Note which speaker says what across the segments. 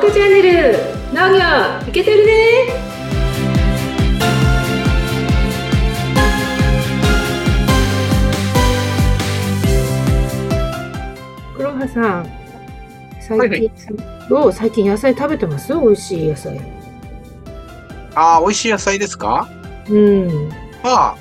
Speaker 1: クチャンネル農業いけてるね黒羽さん最近、
Speaker 2: はいはい
Speaker 1: どう最近野菜食べてます美味しい野菜
Speaker 2: ああ、美味しい野菜ですか
Speaker 1: うん
Speaker 2: まあ、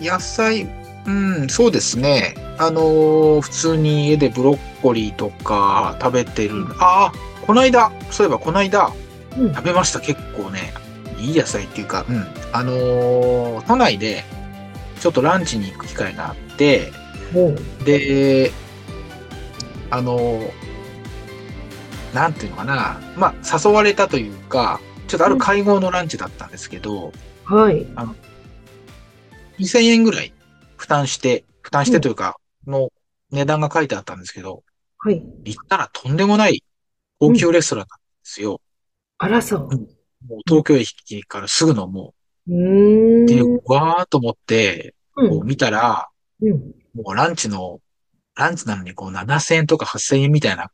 Speaker 2: 野菜、うん、そうですね。あのー普通に家でブロッコリーとか食べてる。ああ、この間、そういえばこの間、
Speaker 1: うん
Speaker 2: 食べました、結構ね。いい野菜っていうか、うん。あのー都内で、ちょっとランチに行く機会があって、
Speaker 1: おう
Speaker 2: で、あのーなんていうのかな。まあ、誘われたというか、ちょっとある会合のランチだったんですけど、
Speaker 1: はい
Speaker 2: 2000円ぐらい負担して、負担してというか、の値段が書いてあったんですけど、
Speaker 1: はい
Speaker 2: 行ったらとんでもない高級レストランなんですよ。
Speaker 1: あらそう
Speaker 2: もう東京駅からすぐのも
Speaker 1: うーん
Speaker 2: う、で、わーっと思って、
Speaker 1: う
Speaker 2: こうん見たら、
Speaker 1: うん
Speaker 2: もうランチの、ランチなのにこう7000円とか8000円みたいな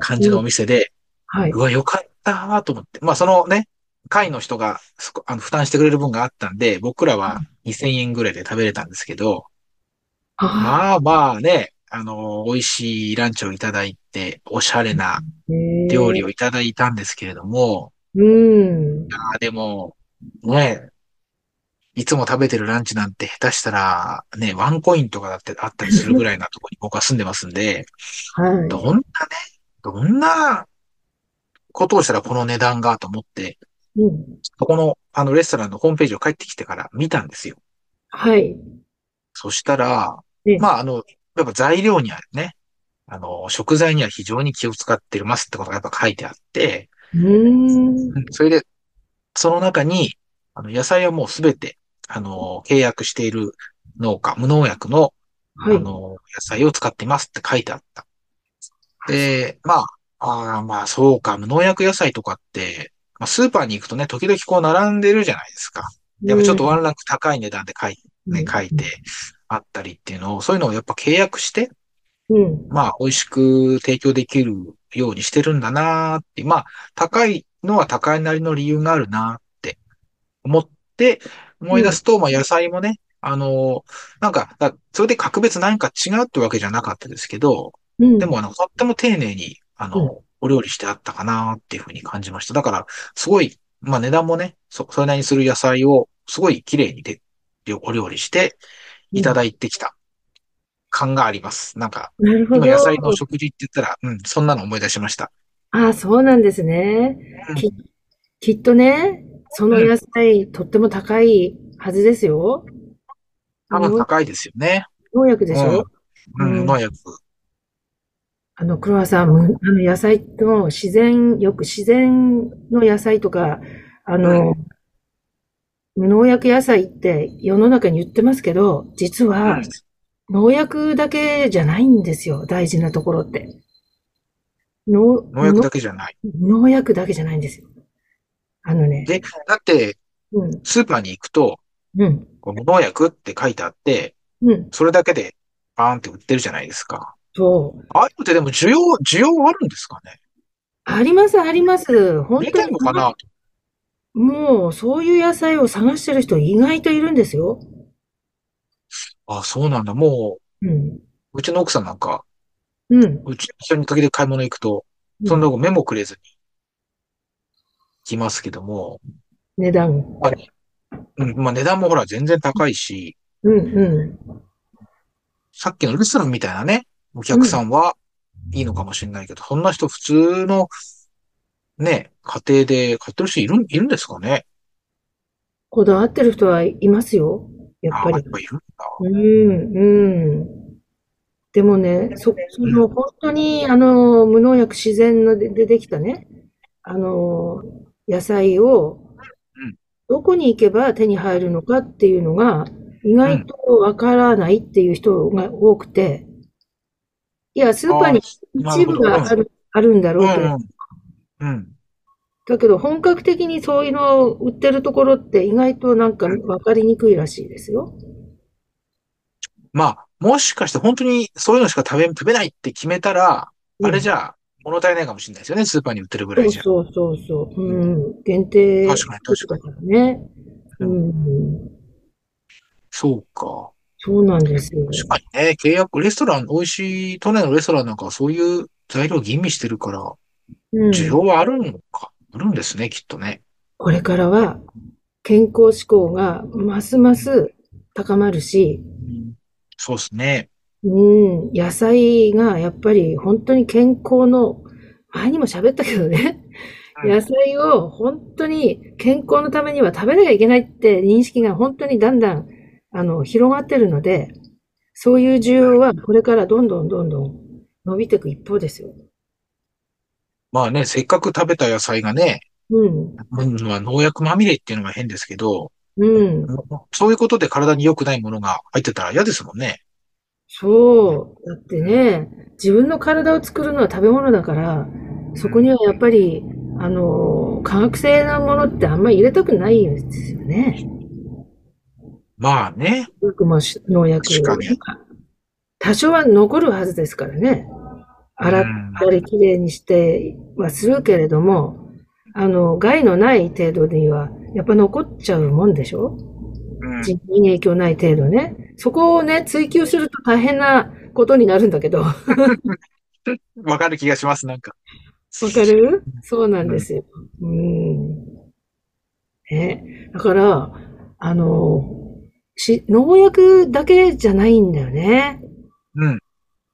Speaker 2: 感じのお店で、
Speaker 1: はいう
Speaker 2: わ、よかったーと思って。まあそのね、会の人がそこあの負担してくれる分があったんで、僕らは2000円ぐらいで食べれたんですけど、
Speaker 1: あ
Speaker 2: まあまあね、あの、美味しいランチをいただいて、おしゃれな料理
Speaker 1: を
Speaker 2: をいただいたんですけれども、
Speaker 1: うん
Speaker 2: あでも、ね、いつも食べてるランチなんて下手したら、ね、ワンコインとかだってあったりするぐらいなとこに僕は住んでますんで、
Speaker 1: はい
Speaker 2: どんなね、どんなことをしたらこの値段がと思って、
Speaker 1: うん
Speaker 2: そこの、あの、レストランのホームページを帰ってきてから見たんですよ。
Speaker 1: はい
Speaker 2: そしたら
Speaker 1: ええ、
Speaker 2: まあ、あの、やっぱ材料にはね、あの、食材には非常に気を使ってますってことがやっぱ書いてあって、
Speaker 1: うーん
Speaker 2: それで、その中に、あの、野菜はもうすべて、あの、契約している農家、無農薬の、あ
Speaker 1: はい
Speaker 2: の、野菜を使ってますって書いてあった。で、まあ、ああまあ、そうか、無農薬野菜とかって、まあ、スーパーに行くとね、時々こう並んでるじゃないですか。やっぱちょっとワンランク高い値段で書いてね、書いてあったりっていうのを、そういうのをやっぱ契約して、
Speaker 1: うん
Speaker 2: まあ、美味しく提供できるようにしてるんだなーって、まあ、高いのは高いなりの理由があるなーって思って、思い出すと、まあ、野菜もね、あのーなんか、だそれで格別何か違うってわけじゃなかったですけど、
Speaker 1: うん
Speaker 2: でも、あの、とっても丁寧に、あの、
Speaker 1: うん
Speaker 2: お料理してあったかなーっていうふうに感じました。だから、すごい、まあ、値段もね、そ、それなりにする野菜を、すごい綺麗にで、お料理して、いただいてきた感があります。なんか、
Speaker 1: なるほ
Speaker 2: 今
Speaker 1: ど
Speaker 2: 野菜の食事って言ったら、うん、そんなの思い出しました。
Speaker 1: ああ、そうなんですね。
Speaker 2: うん
Speaker 1: き、きっとね、その
Speaker 2: うん
Speaker 1: 野菜、とっても高いはずですよ。
Speaker 2: 多分
Speaker 1: 農
Speaker 2: 高いですよね。
Speaker 1: 農薬でしょ
Speaker 2: う
Speaker 1: うん
Speaker 2: ん、農薬。
Speaker 1: あの、黒羽さん、むあの野菜の自然、よく自然の野菜とか、あの、無農薬野菜って世の中に言ってますけど、実
Speaker 2: う
Speaker 1: は
Speaker 2: ん
Speaker 1: 農薬だけじゃないんですよ、大事なところって。農、
Speaker 2: 農薬だけじゃない。
Speaker 1: 農薬だけじゃないんですよ。あのね、
Speaker 2: で、だって、
Speaker 1: うん、
Speaker 2: スーパーに行くと、
Speaker 1: うん、
Speaker 2: こう無農薬って書いてあって、
Speaker 1: うん。
Speaker 2: それだけでバーンって売ってるじゃないですか。
Speaker 1: そう。
Speaker 2: ああいうのってでも需要、需要あるんですかね
Speaker 1: あります、あります。本
Speaker 2: 出
Speaker 1: 当
Speaker 2: てん
Speaker 1: に
Speaker 2: の、かな
Speaker 1: もう、そういう野菜を探してる人意外といるんですよ。
Speaker 2: あ、そうなんだ。も
Speaker 1: うん。
Speaker 2: う、うちの奥さんなんか、
Speaker 1: うん。
Speaker 2: うち一緒に時々買い物行くと、そんなメモくれずに、来ますけども、
Speaker 1: 値段。
Speaker 2: まあねうん、まあ値段もほら全然高いし、
Speaker 1: うん、う
Speaker 2: さっきのレストランみたいなね、お客さんはいいのかもしれないけど、そんな人普通の、ね、家庭で買ってる人いるん、いるんですかね
Speaker 1: ん。こだわってる人はいますよ。やっ
Speaker 2: あ
Speaker 1: ぱ
Speaker 2: あ、やっ
Speaker 1: り。
Speaker 2: ぱいるんだ。
Speaker 1: うん、うん。でもね、そ、その、本当に、あの、無農薬自然ので、でできたね、あの、野菜を
Speaker 2: うん、
Speaker 1: どこに行けば手に入るのかっていうのが、意外とわからないっていう人が多くて、いや、スーパーに
Speaker 2: あー
Speaker 1: 一部
Speaker 2: な
Speaker 1: が
Speaker 2: るほど
Speaker 1: ある、あるんだ
Speaker 2: う
Speaker 1: ろうけど、
Speaker 2: ん。うん。
Speaker 1: だけど本格的にそういうのを売ってるところって意外となんかわかりにくいらしいですよ。
Speaker 2: まあ、もしかして本当にそういうのしか食べ、食べないって決めたら、あれじゃあ、物足りないかもしれないですよね。スーパーに売ってるぐら
Speaker 1: そ
Speaker 2: いうじゃ。
Speaker 1: そうそうそう。うん。限定
Speaker 2: 確かに確か
Speaker 1: だ
Speaker 2: に。
Speaker 1: からね。う
Speaker 2: うん
Speaker 1: ん。
Speaker 2: そうか。
Speaker 1: そうなんですよ。
Speaker 2: 確かにね、契約、レストラン、美味しい、都内のレストランなんかはそういう材料を吟味してるから、
Speaker 1: う
Speaker 2: 需
Speaker 1: ん。
Speaker 2: 要はあるのか。あるんですね、きっとね。
Speaker 1: これからは健康志向がますます高まるし、
Speaker 2: うんそうですね。
Speaker 1: うん、野菜がやっぱり本当に健康の、前にも喋ったけどね、
Speaker 2: うん
Speaker 1: 野菜を本当に健康のためには食べなきゃいけないって認識が本当にだんだんあの広がってるので、そういう需要はこれからどんどんどんどん伸びていく一方ですよ。
Speaker 2: まあね、せっかく食べた野菜がね、
Speaker 1: うん、
Speaker 2: うん、まあ農薬まみれっていうのが変ですけど、
Speaker 1: うん。
Speaker 2: そういうことで体に良くないものが入ってたら嫌ですもんね。
Speaker 1: そう。だってね、自分の体を作るのは食べ物だから、そこにはやっぱり、あの、化学性なものってあんまり入れたくないですよね。
Speaker 2: まあね、
Speaker 1: よくまあし農薬
Speaker 2: 確かに。
Speaker 1: が。多少は残るはずですからね。
Speaker 2: う
Speaker 1: 洗っ
Speaker 2: ん、
Speaker 1: たりきれいにしてはするけれども、あの、害のない程度には、やっぱ残っちゃうもんでしょ
Speaker 2: うん
Speaker 1: 人に影響ない程度ね。そこをね、追求すると大変なことになるんだけど。
Speaker 2: わかる気がします、なんか。
Speaker 1: わかるそうなん
Speaker 2: う
Speaker 1: で
Speaker 2: ん、
Speaker 1: すよ。うん。ね。だから、あの、し、農薬だけじゃないんだよね。
Speaker 2: うん、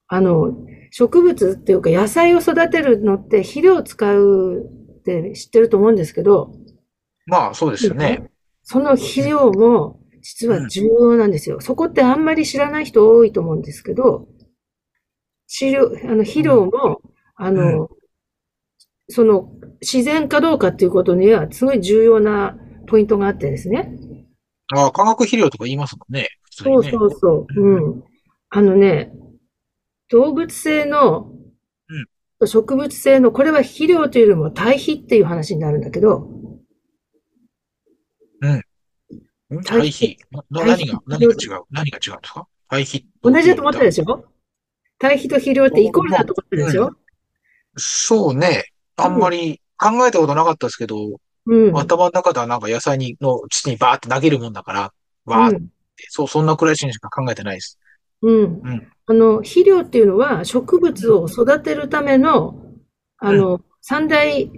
Speaker 1: あの、植物っていうか野菜を育てるのって肥料を使うって知ってると思うんですけど、
Speaker 2: まあそうですよね。
Speaker 1: その肥料も実
Speaker 2: う
Speaker 1: は
Speaker 2: ん、
Speaker 1: 重要なんですよ。そこってあんまり知らない人多いと思うんですけど、飼料、あの、肥
Speaker 2: う
Speaker 1: 料
Speaker 2: ん、
Speaker 1: も、あ
Speaker 2: うん、
Speaker 1: の、その自然かどうかっていうことにはすごい重要なポイントがあってですね。
Speaker 2: ああ、化学肥料とか言いますもんね、普通に
Speaker 1: そう
Speaker 2: ね。
Speaker 1: そうそう。うん。あのね、動物性の
Speaker 2: うん、うん、
Speaker 1: 植物性の、これは肥料というよりも堆肥っていう話になるんだけど、
Speaker 2: うんうん
Speaker 1: 堆
Speaker 2: 堆
Speaker 1: 肥、
Speaker 2: 肥。な、な
Speaker 1: 堆
Speaker 2: 何
Speaker 1: 肥
Speaker 2: が、
Speaker 1: と
Speaker 2: 何
Speaker 1: 肥料、
Speaker 2: が違う何が違うんですか堆肥
Speaker 1: 同
Speaker 2: と
Speaker 1: じだ
Speaker 2: 肥
Speaker 1: と
Speaker 2: 料っ
Speaker 1: 思ってた
Speaker 2: ある
Speaker 1: でしょ堆肥と肥料ってイコールだ
Speaker 2: ま
Speaker 1: と思った
Speaker 2: あ、
Speaker 1: でし
Speaker 2: うん。
Speaker 1: ょ
Speaker 2: そうね。あん
Speaker 1: う
Speaker 2: ま
Speaker 1: ん、
Speaker 2: り考えたことなかったですけど、
Speaker 1: うん、
Speaker 2: 頭の中ではなんか野菜に、の土にバーって投げるもんだから、バ
Speaker 1: う
Speaker 2: ーって、
Speaker 1: ん、
Speaker 2: そう、そんなくらいしか考えてないです。
Speaker 1: うん。
Speaker 2: うん、
Speaker 1: あの、肥料っていうのは植
Speaker 2: う
Speaker 1: 物
Speaker 2: ん、
Speaker 1: を育てるための、あ
Speaker 2: うん。
Speaker 1: の、三大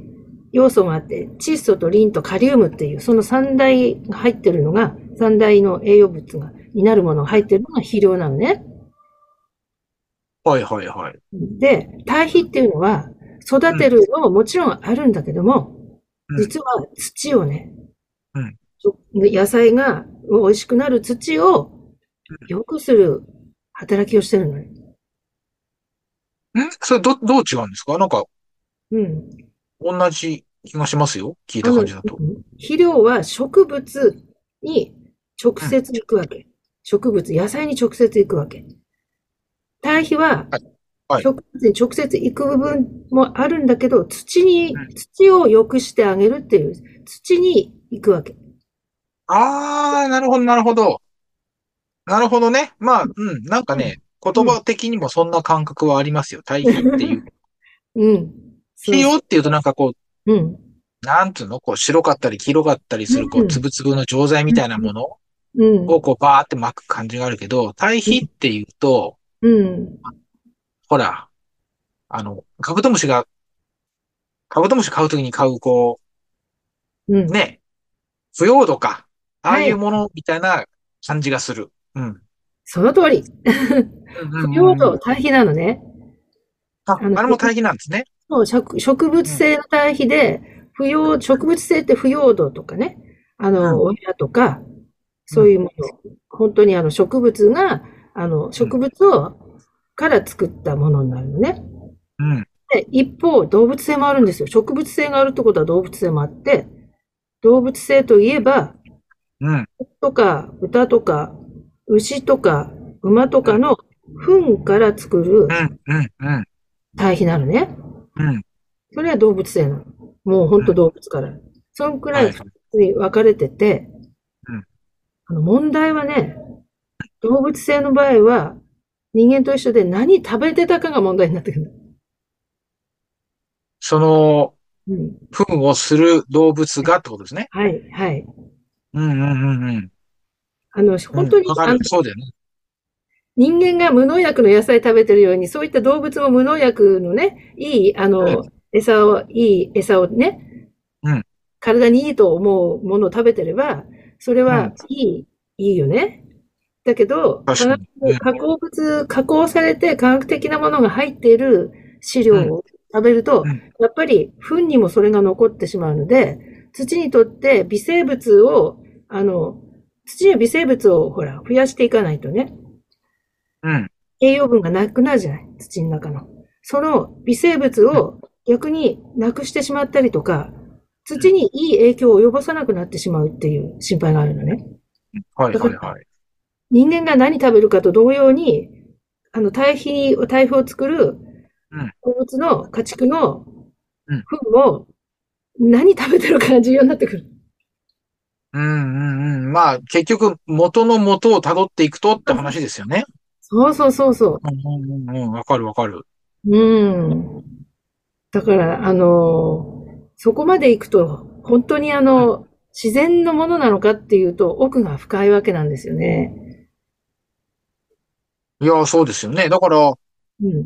Speaker 1: 要素があって、窒素とリンとカリウムっていう、その三大が入ってるのが、三大の栄養物が、になるものが入ってるのが肥料なのね。
Speaker 2: はいはいはい。
Speaker 1: で、堆肥っていうのは、育
Speaker 2: う
Speaker 1: て
Speaker 2: ん、
Speaker 1: るのももちろんあるんだけども、
Speaker 2: うん、
Speaker 1: 実は土をね、
Speaker 2: うん。
Speaker 1: 野菜が美味しくなる土を良くする働きをしてるのね。
Speaker 2: んそれど、どう違うんですかなんか、
Speaker 1: うん。
Speaker 2: 同じ気がしますよ。聞い
Speaker 1: あ
Speaker 2: た
Speaker 1: の、う
Speaker 2: 感
Speaker 1: ん
Speaker 2: じだと。
Speaker 1: 肥料は植物に直
Speaker 2: うん。
Speaker 1: 接行くわけ。植物、野菜に直接行くわけ。堆肥は
Speaker 2: はい。はい。
Speaker 1: 植物に直接行く部分もあるんだけど、土
Speaker 2: う
Speaker 1: に、
Speaker 2: ん。
Speaker 1: 土を良くしてあげるっていう、土に行くわけ。
Speaker 2: あー、なるほど、なるほど。なるほどね。まあ、うん。なんか
Speaker 1: うん、
Speaker 2: ね、言
Speaker 1: う
Speaker 2: 葉的にもそんな感覚はありますよ。対比っていう。
Speaker 1: ん。うん、そう
Speaker 2: 費
Speaker 1: そ
Speaker 2: 用 っていうとなんかこう、
Speaker 1: う。うん。
Speaker 2: なんつうの、こう白かったり黄色かったりする、こう、
Speaker 1: うん。
Speaker 2: 粒々の錠剤みたいなもの
Speaker 1: うん。
Speaker 2: をこう、バーって巻く感じがあるけど、対
Speaker 1: う
Speaker 2: 比
Speaker 1: ん。
Speaker 2: っていうと、
Speaker 1: うん
Speaker 2: ほら、あの、カブトムシが、カブトムシ買うときに買う、こ
Speaker 1: う
Speaker 2: う、
Speaker 1: ん
Speaker 2: ね、腐葉土か。ああ
Speaker 1: はいい。
Speaker 2: うものみたいな感じがする。うん。
Speaker 1: その通り。
Speaker 2: うん
Speaker 1: 腐
Speaker 2: うん
Speaker 1: 葉
Speaker 2: うんう
Speaker 1: 土、
Speaker 2: ん。
Speaker 1: 堆肥なのね。
Speaker 2: あ、
Speaker 1: あの、
Speaker 2: あれも対比なんですね。
Speaker 1: そう、植植物
Speaker 2: うん、
Speaker 1: 性の堆肥で、不要、植物性って腐葉土とかね、あ
Speaker 2: う
Speaker 1: の、
Speaker 2: ん、
Speaker 1: 親とか、
Speaker 2: う
Speaker 1: そうい
Speaker 2: ん、
Speaker 1: うもの、本当にあの植物が、あの、
Speaker 2: うん、
Speaker 1: 植物を、から作ったものになるのね。
Speaker 2: うん。
Speaker 1: で、一方、動物性もあるんですよ。植物性があるってことは動物性もあって、動物性といえば、
Speaker 2: うん、
Speaker 1: とか、豚とか、牛とか、馬と
Speaker 2: う
Speaker 1: か
Speaker 2: ん、
Speaker 1: の糞から作
Speaker 2: う
Speaker 1: る
Speaker 2: ん、うん、うん、
Speaker 1: 堆肥なのね。
Speaker 2: うん、
Speaker 1: それは動物性なの。もう
Speaker 2: う
Speaker 1: 本当
Speaker 2: ん。
Speaker 1: 動物から。そんくら
Speaker 2: はいい、はい。
Speaker 1: に分かれてて、
Speaker 2: うん、
Speaker 1: あの問題はね、動物性の場合は人間と一緒で何食べてたかが問題になってくる。
Speaker 2: その、
Speaker 1: うん。
Speaker 2: 糞をする動物がってことですね。
Speaker 1: はい、はい。
Speaker 2: うんうんうんうん。
Speaker 1: あの、本当に
Speaker 2: うん、わか
Speaker 1: あの
Speaker 2: る。そうだよね。
Speaker 1: 人間が無農薬の野菜食べてるように、そういった動物も無農薬のね、いい、あの、餌を、いい餌をね
Speaker 2: うん、
Speaker 1: 体にいいと思うものを食べてれば、それはいい、いいよね。だけど、
Speaker 2: 確かに。うん
Speaker 1: 化合物、加工されて化学的なものが入っている飼料を食べると
Speaker 2: うん、
Speaker 1: やっぱり糞にもそれが残ってしまうので、土にとって微生物を、あの、土には微生物をほら、増やしていかないとね、
Speaker 2: うん。
Speaker 1: 栄養分がなくなるじゃない、土の中の。その微生物を逆になくしてしまったりとか、土にいい影響を及ぼさなくなってしまうっていう心配があるのね。
Speaker 2: はいはいはい。
Speaker 1: 人間が何食べるかと同様に、あの、堆肥を、堆肥を作る
Speaker 2: うん、
Speaker 1: 動物の家畜の
Speaker 2: うん
Speaker 1: 糞も、何食べてるかが重要になってくる。
Speaker 2: うんうんうん。まあ、結局、元の元を辿っていくとって話ですよね。
Speaker 1: そうそうそうそ
Speaker 2: うんうんうんうん。わかるわかる。
Speaker 1: う。うん。だから、あの、そこまで行くと、本当にあの、自然のものなのかっていうと、奥が深いわけなんですよね。
Speaker 2: いや、そうですよね。だから、
Speaker 1: うん。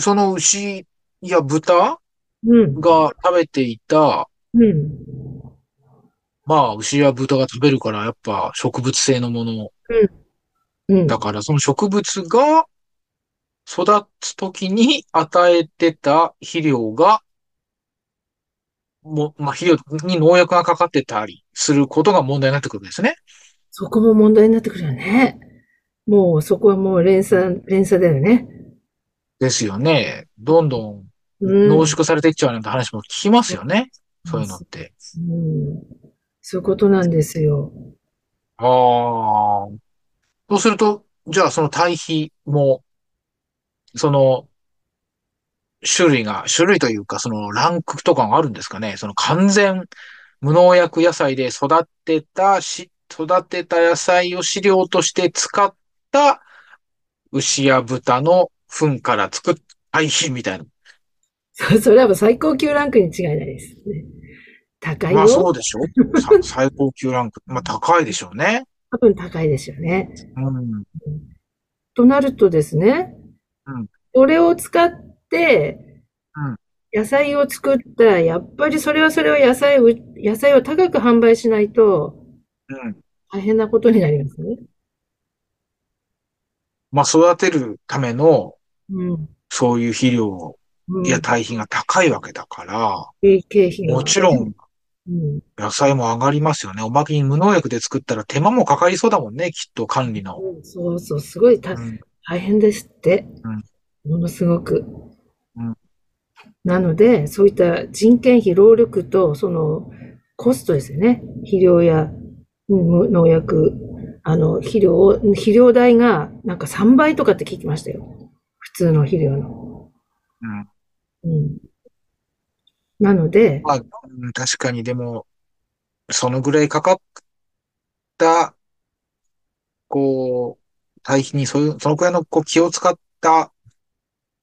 Speaker 2: その牛や豚
Speaker 1: うん。
Speaker 2: が食べていた、
Speaker 1: うん。
Speaker 2: まあ、牛や豚が食べるから、やっぱ植物性のもの。
Speaker 1: うん。
Speaker 2: だから、その植物が育つときに与えてた肥料が、も、まあ、肥料に農薬がかかってたりすることが問題になってくるんですね。
Speaker 1: そこも問題になってくるよね。もう、そこはもう連鎖、連鎖だよね。
Speaker 2: ですよね。どんどん
Speaker 1: うん。
Speaker 2: 濃縮されていっちゃうなんて話も聞きますよね。そういうのって。
Speaker 1: うんそういうことなんですよ。
Speaker 2: ああ。そうすると、じゃあその堆肥も、その、種類が、種類というか、そのランクとかがあるんですかね。その完全無農薬野菜で育てたし、育てた野菜を飼料として使った牛や豚の糞から作った堆肥みたいな。
Speaker 1: そそれはもう最高級ランクに違いないですね。高い
Speaker 2: まあそ
Speaker 1: よ。
Speaker 2: うでしょさ 最高級ランク。まあ高いでしょうね。
Speaker 1: 多分高いですよね。
Speaker 2: うん。
Speaker 1: となるとですね
Speaker 2: うん、
Speaker 1: それを使って
Speaker 2: うん、
Speaker 1: 野菜を作ったら、やっぱりそれはそれは野菜を、野菜を高く販売しないと
Speaker 2: うん。
Speaker 1: 大変なことになりますね。
Speaker 2: まあ育てるための、
Speaker 1: うん。
Speaker 2: そういう肥料
Speaker 1: うん
Speaker 2: や堆肥が高いわけだから、
Speaker 1: 経経費が。
Speaker 2: もちろん
Speaker 1: うん。
Speaker 2: 野菜も上がりますよね。おまけに無農薬で作ったら手間もかかりそうだもんね、きっと管理の。
Speaker 1: うんそうそう、すごいた
Speaker 2: うん
Speaker 1: 大変ですって、ものすごく。
Speaker 2: うん
Speaker 1: なので、そういった人件費、労力と、その、コストですよね。肥料や、うん無農薬、あの、肥料を、肥料代が、なんか3倍とかって聞きましたよ。普通の肥料の。
Speaker 2: うん
Speaker 1: うん。なので、
Speaker 2: まあ、うん確かにでも、そのぐらいかかった、こう、堆肥にそういう、そのくらいのこう気を使った、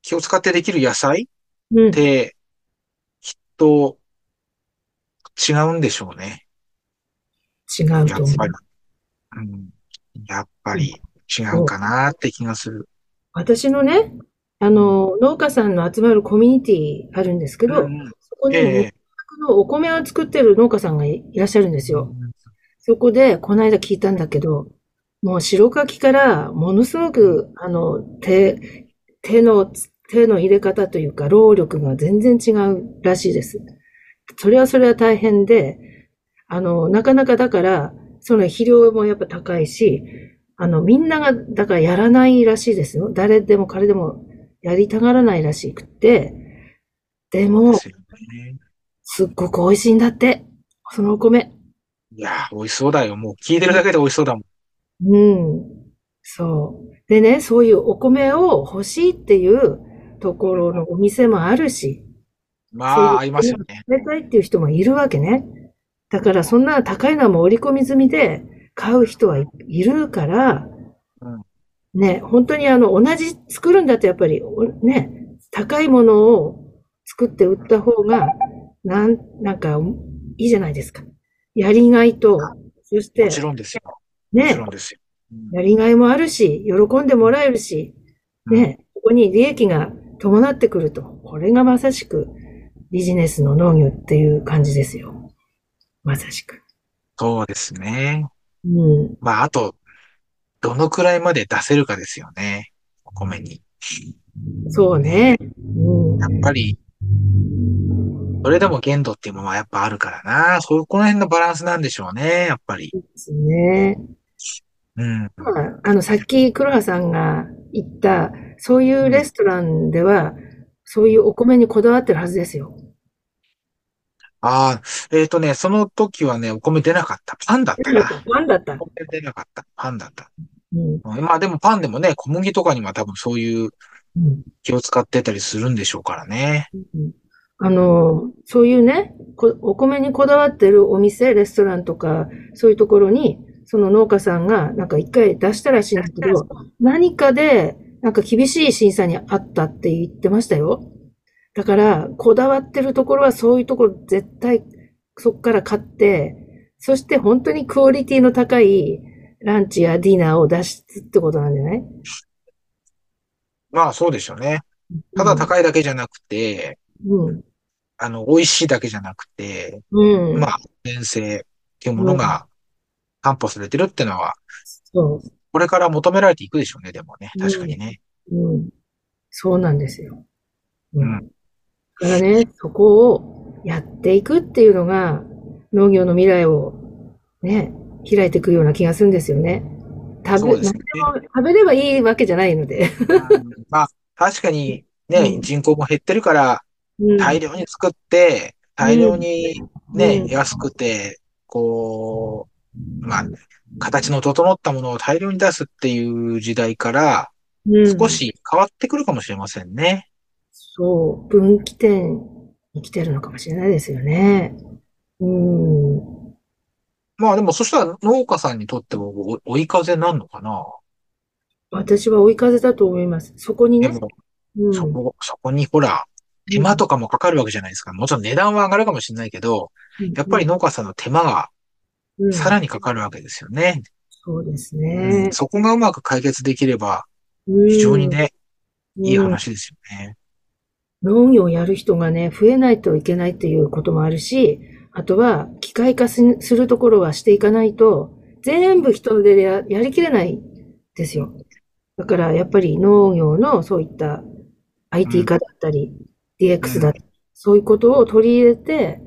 Speaker 2: 気を使ってできる野菜
Speaker 1: うん
Speaker 2: っ。て、きっと違うんでしょうね。
Speaker 1: 違う
Speaker 2: やっ
Speaker 1: と思う
Speaker 2: ぱ。り、うん、やっぱり違うかなって気がする。
Speaker 1: 私のね、あの、農家さんの集まるコミュニティあるんですけど、
Speaker 2: うん
Speaker 1: そこに、
Speaker 2: ええ
Speaker 1: のお米を作ってる農家さんがいらっしゃるんですよ。そこで、この間聞いたんだけど、もう白柿からものすごく、あの、手、手の、手の入れ方というか、労力が全然違うらしいです。それはそれは大変で、あの、なかなかだから、その肥料もやっぱ高いし、あの、みんなが、だからやらないらしいですよ。誰でも彼でもやりたがらないらしくって、で
Speaker 2: で
Speaker 1: も、
Speaker 2: すよね。
Speaker 1: すっごく美味しいんだって。そのお米。
Speaker 2: いや、美味しそうだよ。もう聞いてるだけで美味しそうだもん。
Speaker 1: うん。そう。でね、そういうお米を欲しいっていうところのお店もあるし、
Speaker 2: ま
Speaker 1: そう
Speaker 2: あ、合いますよね。
Speaker 1: 食べたいっていう人もいるわけね。だからそんな高いのはもう織り込み済みで買う人はいいるから
Speaker 2: うん、
Speaker 1: ね、本当にあの、同じ作るんだとやっぱり、おね、高いものを作って売った方が、なん、なんか、いいじゃないですか。やりがいと、そし
Speaker 2: も
Speaker 1: て、
Speaker 2: ちろんですよ。もち
Speaker 1: ね
Speaker 2: ろ、んですよ。うん
Speaker 1: やりがいもあるし、喜んでもらえるし、ね、ここに利益が伴ってくると。これがまさしくビジネスの農業っていう感じですよ。まさしく。
Speaker 2: そうですね。
Speaker 1: うん。
Speaker 2: まあ、あと、どのくらいまで出せるかですよね。お米に。
Speaker 1: そうね。うん。
Speaker 2: やっぱり、それでも限度っていうものはやっぱあるからな。そう、この辺のバランスなんでしょうね。やっぱり。
Speaker 1: ですね。
Speaker 2: うん。
Speaker 1: まあ、あの、さっき黒羽さんが言った、そういうレストランでは、そういうお米にこだわってるはずです よ。
Speaker 2: ああ、えっとね、その時はね、お米出なかった。パンだったな。
Speaker 1: パンだった。
Speaker 2: お米出なかった。パンだった。
Speaker 1: うん。
Speaker 2: うんまあでもパンでもね、小麦とかには多分そういう
Speaker 1: うん
Speaker 2: 気を使ってたりするんでしょうからね。
Speaker 1: あの、そういうね、こお米にこだわってるお店、レストランとか、そういうところに、その農家さんが、なんか一回出したらしいんですけど、何かで、なんか厳しい審査にあったって言ってましたよ。だから、こだわってるところはそういうところ絶対そこから買って、そして本当にクオリティの高いランチやディナーを出すってことなんじゃない
Speaker 2: まあそうでしょうね。ただ高いだけじゃなくて、
Speaker 1: うん。
Speaker 2: あの、美味しいだけじゃなくて、
Speaker 1: うん。
Speaker 2: まあ、安全性っていうものが担保されてるっていうのは、
Speaker 1: そう。
Speaker 2: これから求められていくでしょうね、でもね。確かにね。
Speaker 1: うん。そうなんですよ。う
Speaker 2: うん
Speaker 1: ん。だからね、そこをやっていくっていうのが、農業の未来をね、開いていくような気がするんですよね。食
Speaker 2: そう
Speaker 1: べ、
Speaker 2: ですね。
Speaker 1: 何でも食べればいいわけじゃないの で。
Speaker 2: うんまあ、確かに
Speaker 1: う
Speaker 2: ね、
Speaker 1: ん
Speaker 2: 人口も減ってるから、
Speaker 1: うん
Speaker 2: 大量に作って、大量にね、
Speaker 1: うん
Speaker 2: 安くて、こう、まあ、形の整ったものを大量に出すっていう時代から、
Speaker 1: うん
Speaker 2: 少し変わってくるかもしれませんね。
Speaker 1: そう、分岐点に来てるのかもしれないですよね。うん。
Speaker 2: まあでも、そしたら農家さんにとってもお追い風になるのかな。
Speaker 1: 私は追い風だと思います。そこに
Speaker 2: で
Speaker 1: ね、
Speaker 2: も、
Speaker 1: うん。
Speaker 2: そこ、そこにほら、手間とかもかかるわけじゃないですか。もちろん値段は上がるかもしれないけど、
Speaker 1: うん、
Speaker 2: やっぱり農家さんの手間が
Speaker 1: うん、
Speaker 2: さらにかかるわけですよね。
Speaker 1: そうです
Speaker 2: う
Speaker 1: ね
Speaker 2: ん。そこがうまく解決できれば、
Speaker 1: うん
Speaker 2: 非常にね、いい
Speaker 1: うん
Speaker 2: 話ですよね。
Speaker 1: 農業をやる人がね、増えないといけないっていうこともあるし、あとは機械化すするところはしていかないと、全部人でや、やりきれないですよ。だからやっぱり農業のそういった IT 化だったり、DX だったり、そういうことを取り入れて、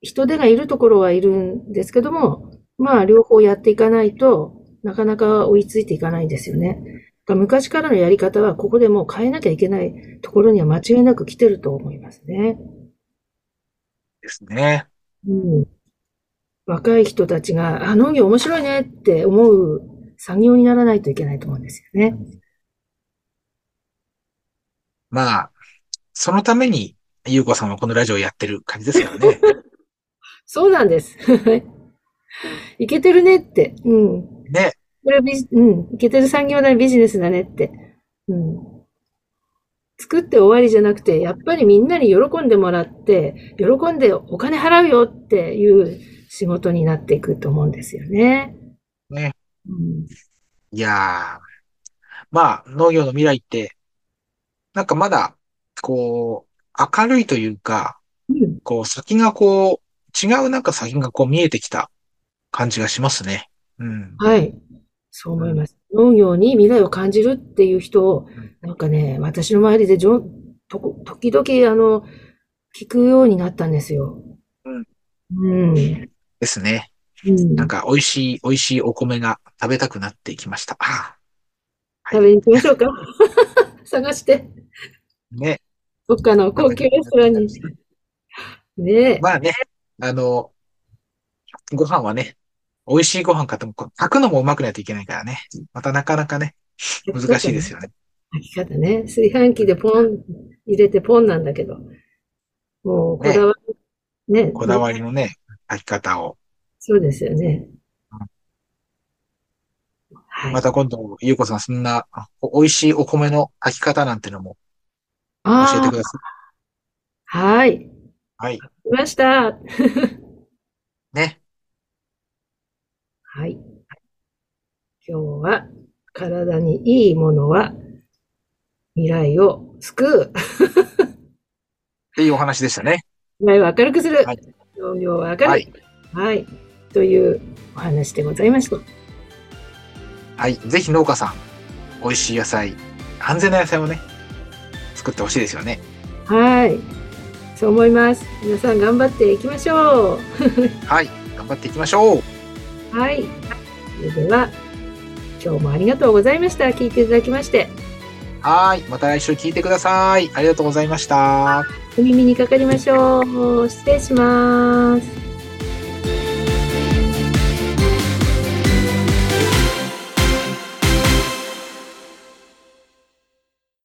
Speaker 1: 人手がいるところはいるんですけども、まあ両方やっていかないとなかなか追いついていかないんですよね。だから昔からのやり方はここでもう変えなきゃいけないところには間違いなく来てると思いますね。
Speaker 2: ですね。
Speaker 1: うん。若い人たちが、あ、農業面白いねって思う産業にならないといけないと思うんですよね。
Speaker 2: まあ、そのために、ゆうこさんはこのラジオをやってる感じですか らね。
Speaker 1: そうなんです。 いけてるねって。うん。
Speaker 2: ね。
Speaker 1: これはビジ、うん。いけてる産業だね、ビジネスだねって。うん。作って終わりじゃなくて、やっぱりみんなに喜んでもらって、喜んでお金払うよっていう仕事になっていくと思うんですよね。
Speaker 2: ね。
Speaker 1: うん。
Speaker 2: いやー。まあ、農業の未来って、なんかまだ、こう、明るいというか、
Speaker 1: うん
Speaker 2: こう、先がこう、違うなんか先がこう見えてきた感じがしますね。うん。
Speaker 1: はい。そう思います。農業に未来を感じるっていう人を
Speaker 2: ん、
Speaker 1: なんかね、私の周りでじょとこ、時々、あの、聞くようになったんですよ。
Speaker 2: うん
Speaker 1: うん。うん。
Speaker 2: ですね。なんか、美味しい、美味しいお米が食べたくなってきました。あ
Speaker 1: 食べに行きましょうか。 探して、
Speaker 2: ーね。
Speaker 1: どっかの高級レストランに。ねえ。
Speaker 2: まあね、あの、ご飯はね、美味しいご飯買っても、こう炊くのもうまくないといけないからね。またなかなかね、難しいですよね。
Speaker 1: 炊き方ね。炊飯器でポン、入れてポンなんだけど。もう、こだわり、ね。
Speaker 2: こだわりのね、炊き方を。
Speaker 1: そうですよね
Speaker 2: うん。
Speaker 1: はい。
Speaker 2: また今度、ゆうこさん、そんな、お美味しいお米の炊き方なんてのも
Speaker 1: あ
Speaker 2: 教え
Speaker 1: あ
Speaker 2: てください。
Speaker 1: はい。
Speaker 2: はい。
Speaker 1: 来ました。
Speaker 2: ね。
Speaker 1: はい。今日は、体にいいものは未来を救う。
Speaker 2: っていうお話でしたね。
Speaker 1: 未来を明るくする。
Speaker 2: はい。
Speaker 1: 同僚を明
Speaker 2: は
Speaker 1: る
Speaker 2: い。
Speaker 1: く。はい。というお話でございました。
Speaker 2: はい。ぜひ農家さん、美味しい野菜、安全な野菜をね、作ってほしいですよね。
Speaker 1: はい。そう思います。皆さん頑張っていきましょう。
Speaker 2: はい。頑張っていきましょう。
Speaker 1: はい。それでは、今日もありがとうございました。聞いていただきまして。
Speaker 2: はい。また来週聞いてください。ありがとうございました。
Speaker 1: お耳にかかりましょう。失礼します。